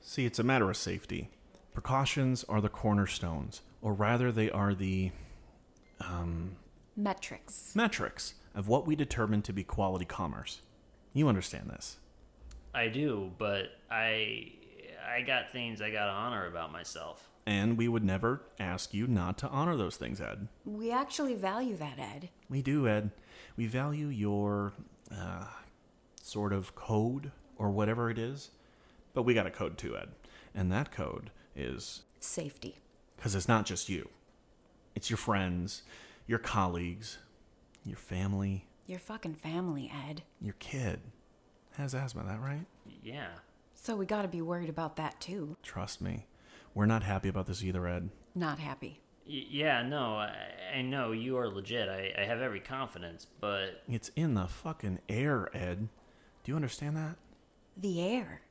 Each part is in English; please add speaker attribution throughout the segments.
Speaker 1: See, it's a matter of safety. Precautions are the cornerstones, or rather, they are the
Speaker 2: Metrics.
Speaker 1: metrics of what we determine to be quality commerce. You understand this.
Speaker 3: I do, but I I got things I got to honor about myself.
Speaker 1: And we would never ask you not to honor those things, Ed.
Speaker 2: We actually value that, Ed.
Speaker 1: We do, Ed. We value your uh, sort of code or whatever it is. But we got a code too, Ed. And that code is
Speaker 2: Safety.
Speaker 1: because it's not just you, it's your friends, your colleagues, your family,
Speaker 2: Your fucking family, Ed.
Speaker 1: your kid has asthma, that right?
Speaker 3: Yeah.
Speaker 2: So we gotta be worried about that too.
Speaker 1: Trust me. We're not happy about this either, Ed.
Speaker 2: Not happy.
Speaker 3: Y- yeah, no, I, I know you are legit. I, I have every confidence, but
Speaker 1: It's in the fucking air, Ed. Do you understand that?
Speaker 2: The air.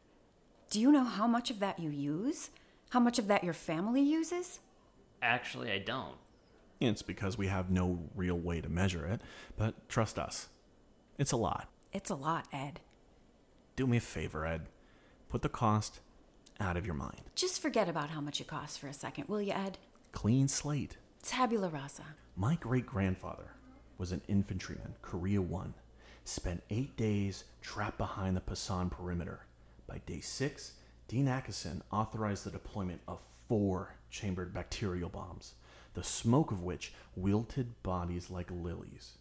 Speaker 2: Do you know how much of that you use? How much of that your family uses?
Speaker 3: actually I don't.
Speaker 1: It's because we have no real way to measure it, but trust us. It's a lot.
Speaker 2: It's a lot, Ed.
Speaker 1: Do me a favor, Ed. Put the cost out of your mind.
Speaker 2: Just forget about how much it costs for a second, will you, Ed?
Speaker 1: Clean slate.
Speaker 2: Tabula rasa.
Speaker 1: My great grandfather was an infantryman, Korea 1. Spent eight days trapped behind the Passan perimeter. By day six, Dean Ackison authorized the deployment of four chambered bacterial bombs, the smoke of which wilted bodies like lilies.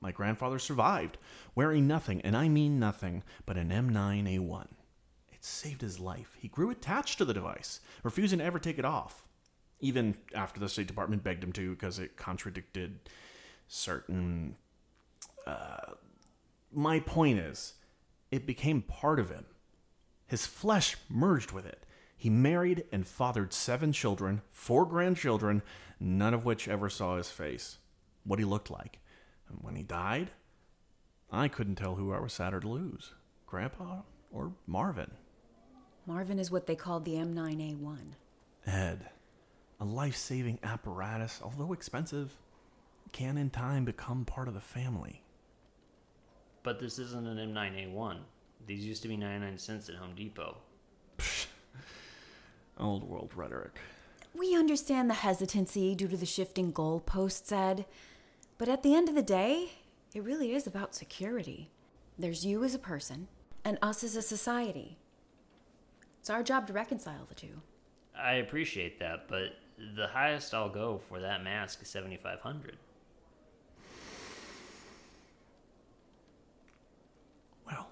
Speaker 1: My grandfather survived, wearing nothing, and I mean nothing, but an M9A1. It saved his life. He grew attached to the device, refusing to ever take it off even after the State Department begged him to because it contradicted certain. Uh, my point is, it became part of him. His flesh merged with it. He married and fathered seven children, four grandchildren, none of which ever saw his face, what he looked like. And when he died, I couldn't tell who I was sadder to lose Grandpa or Marvin.
Speaker 2: Marvin is what they called the M9A1.
Speaker 1: Ed, a life saving apparatus, although expensive, can in time become part of the family.
Speaker 3: But this isn't an M9A1. These used to be 99 cents at Home Depot.
Speaker 1: Old world rhetoric.
Speaker 2: We understand the hesitancy due to the shifting goalposts, Ed, but at the end of the day, it really is about security. There's you as a person and us as a society. It's our job to reconcile the two.
Speaker 3: I appreciate that, but the highest I'll go for that mask is 7500.
Speaker 1: Well,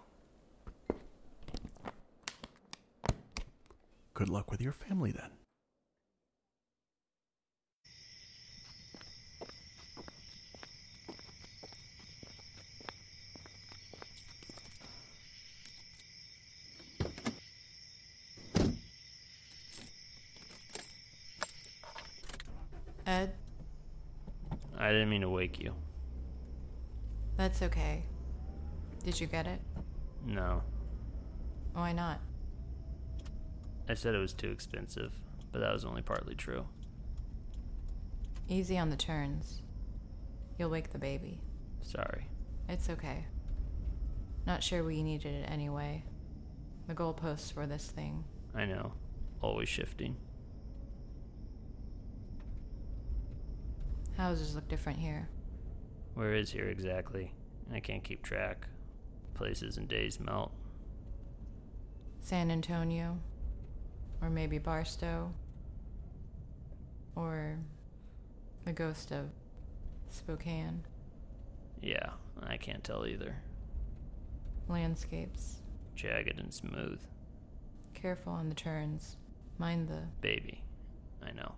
Speaker 1: good luck with your family then.
Speaker 4: Ed,
Speaker 3: I didn't mean to wake you.
Speaker 4: that's okay. Did you get it?
Speaker 3: No.
Speaker 4: Why not?
Speaker 3: I said it was too expensive, but that was only partly true.
Speaker 4: Easy on the turns. You'll wake the baby.
Speaker 3: Sorry.
Speaker 4: It's okay. Not sure we needed it anyway. The goalposts for this thing.
Speaker 3: I know. Always shifting.
Speaker 4: Houses look different here.
Speaker 3: Where is here exactly? I can't keep track. Places and days melt.
Speaker 4: San Antonio. Or maybe Barstow. Or the ghost of Spokane.
Speaker 3: Yeah, I can't tell either.
Speaker 4: Landscapes.
Speaker 3: Jagged and smooth.
Speaker 4: Careful on the turns. Mind the
Speaker 3: Baby. I know.